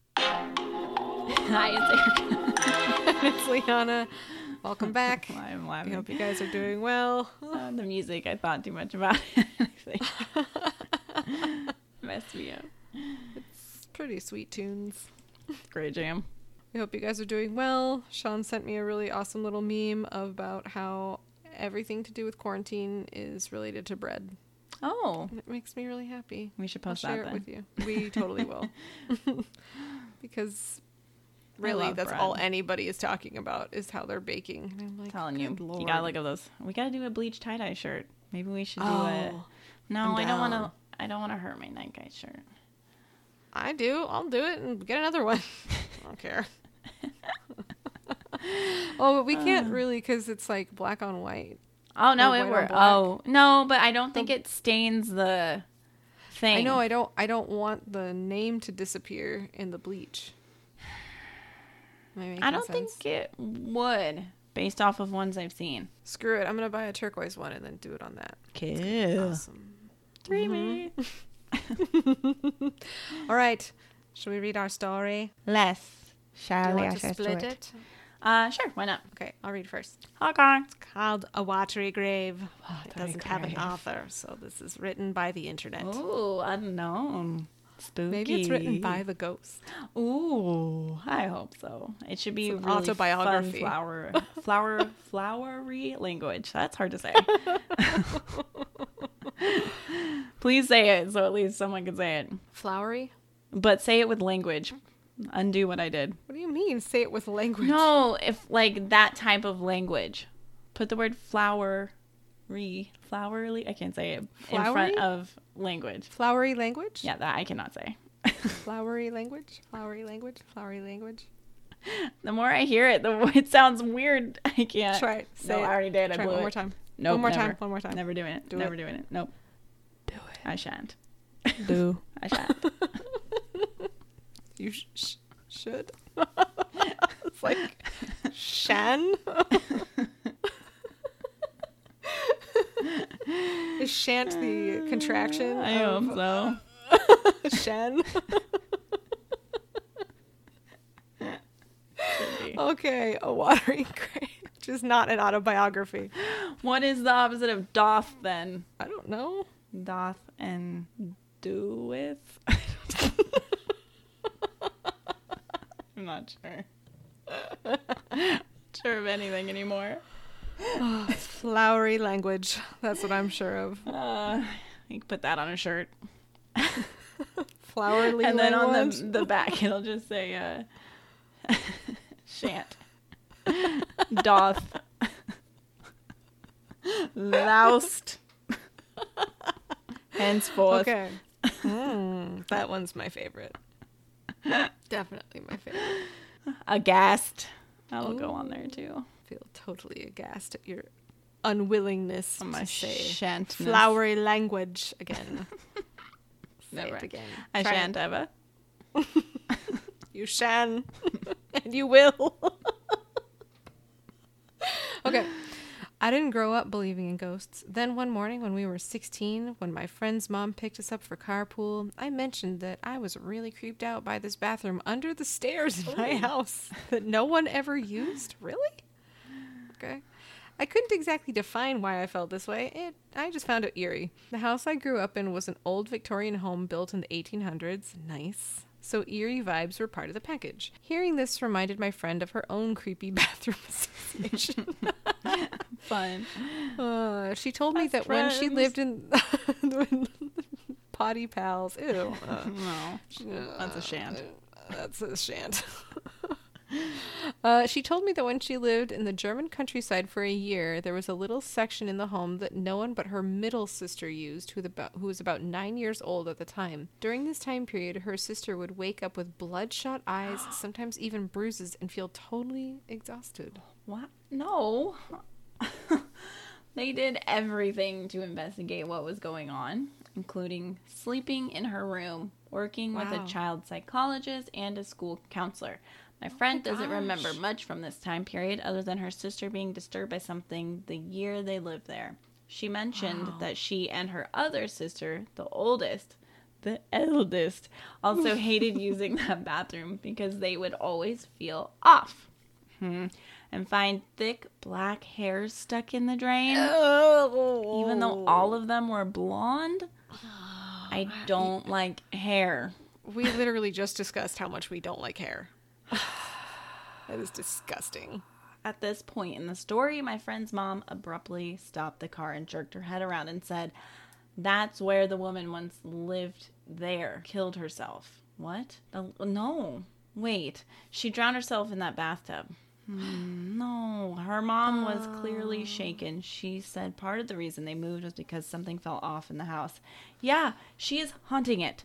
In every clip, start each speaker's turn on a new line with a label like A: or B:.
A: Hi, it's Erica.
B: it's Liana. Welcome back.
A: I'm
B: We
A: laughing.
B: hope you guys are doing well.
A: Uh, the music, I thought too much about it. actually. Messed me up.
B: It's pretty sweet tunes.
A: Great jam.
B: We hope you guys are doing well. Sean sent me a really awesome little meme about how everything to do with quarantine is related to bread.
A: Oh,
B: And it makes me really happy.
A: we should
B: I'll
A: post
B: share
A: that
B: it
A: then.
B: with you. We totally will. because
A: I
B: really
A: love
B: that's all
A: bread.
B: anybody is talking about is how they're baking. And I'm like,
A: telling you,
B: "Good
A: you gotta
B: lord."
A: look at those. We gotta do a bleach tie dye shirt. Maybe we should do it.
B: Oh,
A: No,
B: I'm
A: I don't want to.
B: down.
A: I don't want to hurt my night guy shirt.
B: I do. I'll do it and get another one. I don't care. oh, but we can't
A: Uh.
B: really because it's like black on white.
A: Oh no,
B: Or
A: it
B: white
A: were.
B: on black.
A: Oh no, but I don't think it stains the thing.
B: I know. I don't. I don't want the name to disappear in the bleach. Am I, making
A: I don't
B: sense?
A: think it would, based off of ones I've seen.
B: Screw it. I'm gonna buy a turquoise one and then do it on that.
A: Kill.
B: Awesome.
A: Dreamy.
B: All right. Should we read our story?
A: Less.
B: Do
A: Shall
B: you want to split it?
A: Uh, sure. Why not?
B: Okay, I'll read first.
A: Okay.
B: Called A Watery Grave. it
A: Watery
B: doesn't have an
A: Grave.
B: author, so this is written by the internet.
A: Ooh, unknown. Spooky.
B: Maybe it's written by the ghost.
A: Ooh, I hope so. It should be
B: It's an
A: really
B: autobiography.
A: Fun flower, flower, flowery language. That's hard to say. Please say it so at least someone can say it.
B: Flowery?
A: But say it with language. Undo what I did.
B: What do you mean? Say it with language.
A: No, if like that type of language, put the word flowery, flowerly. I can't say it in
B: Flowery?
A: front of language.
B: Flowery language?
A: Yeah, that I cannot say.
B: Flowery language? Flowery language? Flowery language?
A: The more I hear it, the more it sounds weird. I can't.
B: Try it. Say
A: Uh, no,
B: it.
A: I already did. I
B: Try it
A: blew
B: one
A: it.
B: more time.
A: Nope,
B: one more
A: never.
B: time. One more time.
A: Never doing it.
B: Do
A: Never
B: it.
A: doing it. Nope.
B: do it.
A: I shan't.
B: Do.
A: I shan't.
B: You sh- sh- should. it's like Shan. Is shant the contraction?
A: I
B: of
A: hope so.
B: Shan.
A: Should be.
B: Okay, a watery grave, which is not an autobiography.
A: What is the opposite of doth then?
B: I don't know.
A: Doth and doeth? I'm not sure. sure of anything anymore.
B: Flowery language. That's what I'm sure of.
A: Uh, you can put that on a shirt.
B: Flowery
A: and then
B: language.
A: on the, the back it'll just say uh shan't doth loust henceforth
B: Okay. Mm, that one's my favorite. Definitely my favorite.
A: aghast that'll go on there too
B: feel totally aghast at your unwillingness
A: on Oh, my
B: to say
A: shan't
B: flowery language again. say
A: Never.
B: it again.
A: i
B: Try it.
A: shan't ever
B: You shan, and you will. okay. I didn't grow up believing in ghosts. Then one morning when we were 16, when my friend's mom picked us up for carpool, I mentioned that I was really creeped out by this bathroom under the stairs in my house that no one ever used. Really? Okay. I couldn't exactly define why I felt this way. It I just found it eerie. The house I grew up in was an old Victorian home built in the 1800s. Nice. So eerie vibes were part of the package. Hearing this reminded my friend of her own creepy bathroom association.
A: fun
B: Uh, she told me
A: My
B: that when she lived in potty pals, ew, uh,
A: no that's a shan't
B: that's a shant. uh, she told me that when she lived in the German countryside for a year, there was a little section in the home that no one but her middle sister used, who, the, about- who was about nine years old at the time. During this time period, her sister would wake up with bloodshot eyes, sometimes even bruises, and feel totally exhausted.
A: what no they did everything to investigate what was going on, including sleeping in her room, working with
B: Wow.
A: a child psychologist, and a school counselor. Oh My friend doesn't remember much from this time period other than her sister being disturbed by something the year they lived there. She mentioned that she and her other sister, the oldest, the eldest, also hated using that bathroom because they would always feel off hmm, and find thick black hairs stuck in the drain. Even though all of them were blonde, I don't like hair.
B: We literally just discussed how much we don't like hair. that is disgusting.
A: At this point in the story, my friend's mom abruptly stopped the car and jerked her head around and said, That's where the woman once lived there, killed herself. What? The- No. Wait. She drowned herself in that bathtub. Hmm, No, her mom was clearly shaken. She said part of the reason they moved was because something fell off in the house. Yeah, she is haunting it.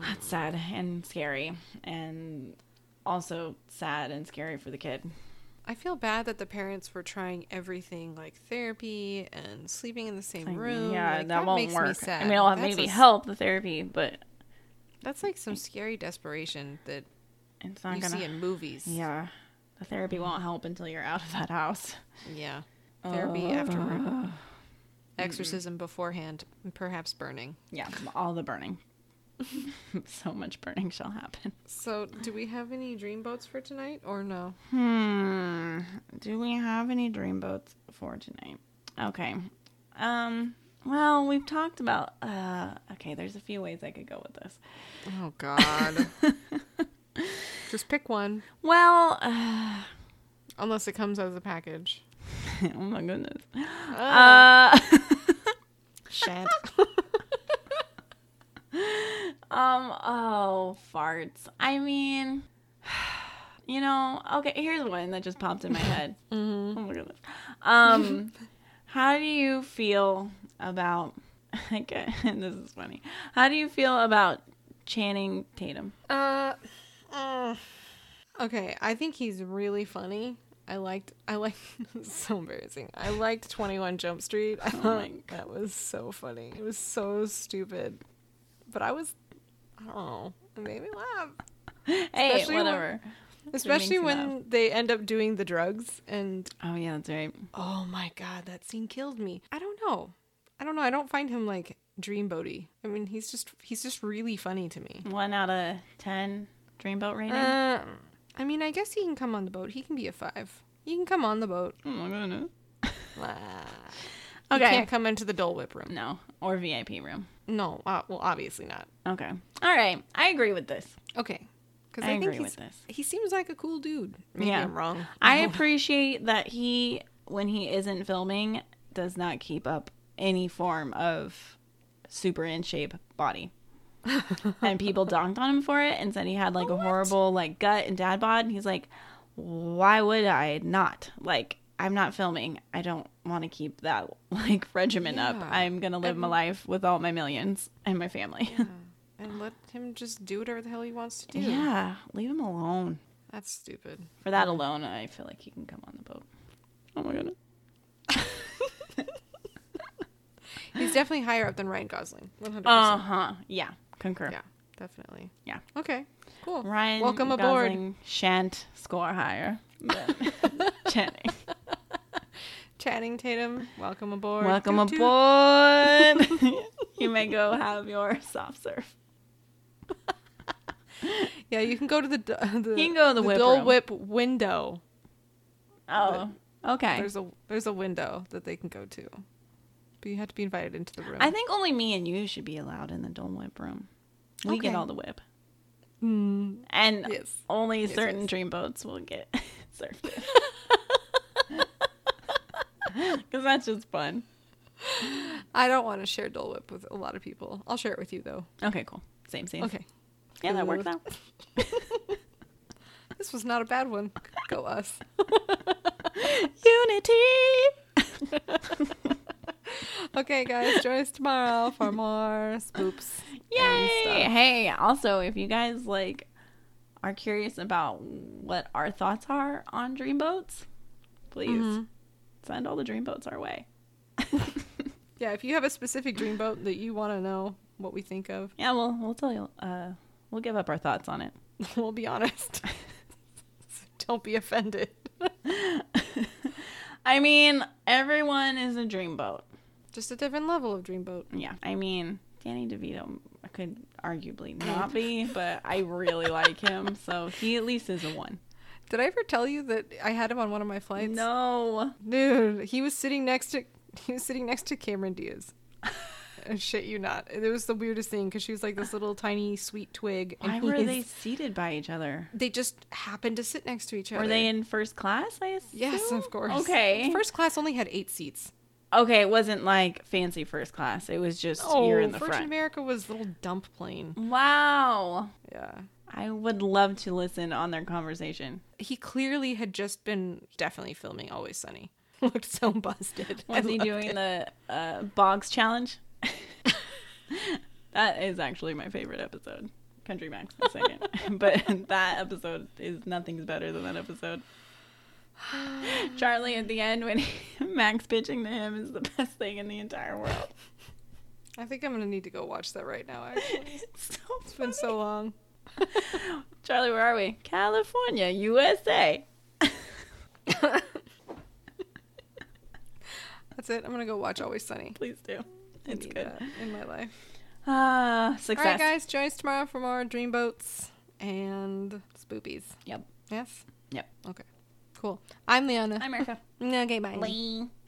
A: That's sad and scary, and also sad and scary for the kid.
B: I feel bad that the parents were trying everything like therapy and sleeping in the same room.
A: yeah,
B: Like,
A: that, won't
B: makes me
A: work. I
B: sad.
A: mean, it'll have
B: That's
A: maybe
B: a s-
A: help the therapy, but
B: That's like some scary desperation that
A: it's Mm. not
B: you
A: gonna.
B: see in movies.
A: Yeah, the therapy won't help until you're out of that house.
B: Yeah. Therapy
A: Uh.
B: afterward. Exorcism beforehand, and perhaps burning.
A: Yeah, all the burning. so much burning shall happen.
B: So, do we have any dream boats for tonight or no?
A: Hmm. Do we have any dream boats for tonight? Okay. Um. Well, we've talked about. Uh. Okay. There's a few ways I could go with this.
B: Oh god. Just pick one
A: Well. uh,
B: unless it comes out of the package.
A: oh my goodness. Uh,
B: Shit.
A: um. Oh, farts. I mean, you know. Okay, here's one that just popped in my head. Oh my goodness. Um, how do you feel about? Okay, this is funny. How do you feel about Channing Tatum?
B: Uh, uh, okay, I think he's really funny. I liked, I like, so embarrassing. I liked 21 Jump Street. I thought that was so funny. It was so stupid. But I was, I don't know, it made me laugh.
A: Hey,
B: Especially when-
A: whatever.
B: Especially
A: me
B: when
A: laugh.
B: they end up doing the drugs and
A: Oh yeah, that's right.
B: Oh my god, that scene killed me. I don't know. I don't know. I don't find him like dream Bodie. I mean, he's just he's just really funny to me.
A: One out of ten dreamboat rating.
B: Uh, I mean, I guess he can come on the boat. He can be a five. He can come on the boat.
A: oh my goodness.
B: Ah.
A: Okay.
B: He can't come into the Dole Whip room.
A: No, or VIP room.
B: No. Uh, well, obviously not.
A: Okay. All right. I agree with this.
B: Okay. Because
A: I
B: I, think
A: agree
B: he's,
A: with this.
B: he seems like a cool dude. Maybe
A: Yeah.
B: I'm wrong.
A: I appreciate that he, when he isn't filming, does not keep up any form of super in shape body. and people donked on him for it and said he had like a horrible like gut and dad bod. And he's like, why would I not? Like, I'm not filming. I don't want to keep that like regimen up.
B: Yeah.
A: I'm gonna live my life with all my millions and my family. Yeah,
B: And let him just do whatever the hell he wants to do.
A: leave him alone.
B: That's stupid.
A: For that alone, I feel like he can come on the boat. Oh my goodness.
B: He's definitely higher up than Ryan Gosling. 100%.
A: Uh huh. Yeah. Concur.
B: Yeah, definitely.
A: Uh, Yeah.
B: Okay, cool.
A: Ryan.
B: welcome aboard,
A: Gosling Shan't score higher than Channing.
B: Channing Tatum. Welcome aboard.
A: Welcome
B: Toot toot.
A: aboard. you may go have your soft serve.
B: Yeah, you can go to the d- the,
A: You can go to the whip
B: Dole
A: room.
B: Whip window.
A: Oh. Okay.
B: There's a there's a window that they can go to, but you have to be invited into the room.
A: I think only me and you should be allowed in the Dole Whip room. We get
B: Okay.
A: all the whip. Hmm.
B: Mm,
A: And
B: Yes.
A: only
B: Yes,
A: certain
B: yes.
A: dream boats will get served. Because that's just fun.
B: I don't want to share Dole Whip with a lot of people. I'll share it with you though.
A: Okay, cool. Same, same.
B: Okay,
A: Yeah, that worked out.
B: this was not a bad one. Go us.
A: Unity!
B: Okay, guys, join us tomorrow for more spoops. and
A: Yay!
B: stuff.
A: Hey, also, if you guys like are curious about what our thoughts are on dreamboats, please
B: Mm-hmm.
A: send all the dreamboats our way.
B: Yeah, if you have a specific dream boat that you want to know what we think of,
A: Yeah, we'll we'll tell you. Uh, we'll give up our thoughts on it.
B: we'll be honest. Don't be offended.
A: I mean, everyone is a dreamboat.
B: Just a different level of dreamboat.
A: Yeah, I mean, Danny DeVito I could arguably not be, but I really like him, so he at least is a one.
B: Did I ever tell you that I had him on one of my flights?
A: No.
B: Dude, he was sitting next to he was sitting next to Cameron Diaz. I Shit you not. It was the weirdest thing because she was like this little tiny sweet twig.
A: Why
B: and
A: were
B: he's-
A: they seated by each other?
B: They just happened to sit next to each other.
A: Were they in first class? I assume.
B: Yes, of course.
A: Okay.
B: First class only had eight seats.
A: okay, it wasn't like fancy first class. It was just
B: Oh,
A: you're in the
B: Virgin
A: front.
B: America was little dump plane.
A: Wow.
B: Yeah.
A: I would love to listen on their conversation.
B: He clearly had just been definitely filming Always Sunny. Looked so busted. I
A: Was he
B: loved
A: doing
B: it.
A: the uh, bogs challenge? that is actually my favorite episode. Country Max the second, but that episode is nothing's better than that episode. Charlie at the end when he, Max pitching to him is the best thing in the entire world.
B: I think I'm gonna need to go watch that right now. Actually.
A: It's so
B: It's been
A: funny.
B: so long.
A: Charlie, where are we? California, USA.
B: That's it. I'm gonna go watch Always Sunny.
A: Please do.
B: I
A: It's
B: need
A: good.
B: that in my life.
A: Ah,
B: All
A: success.
B: right, guys. Join us tomorrow for more Dreamboats and Spoopies.
A: Yep.
B: Yes.
A: Yep.
B: Okay. Cool. I'm Liana.
A: Hi, America.
B: okay. Bye.
A: Bye.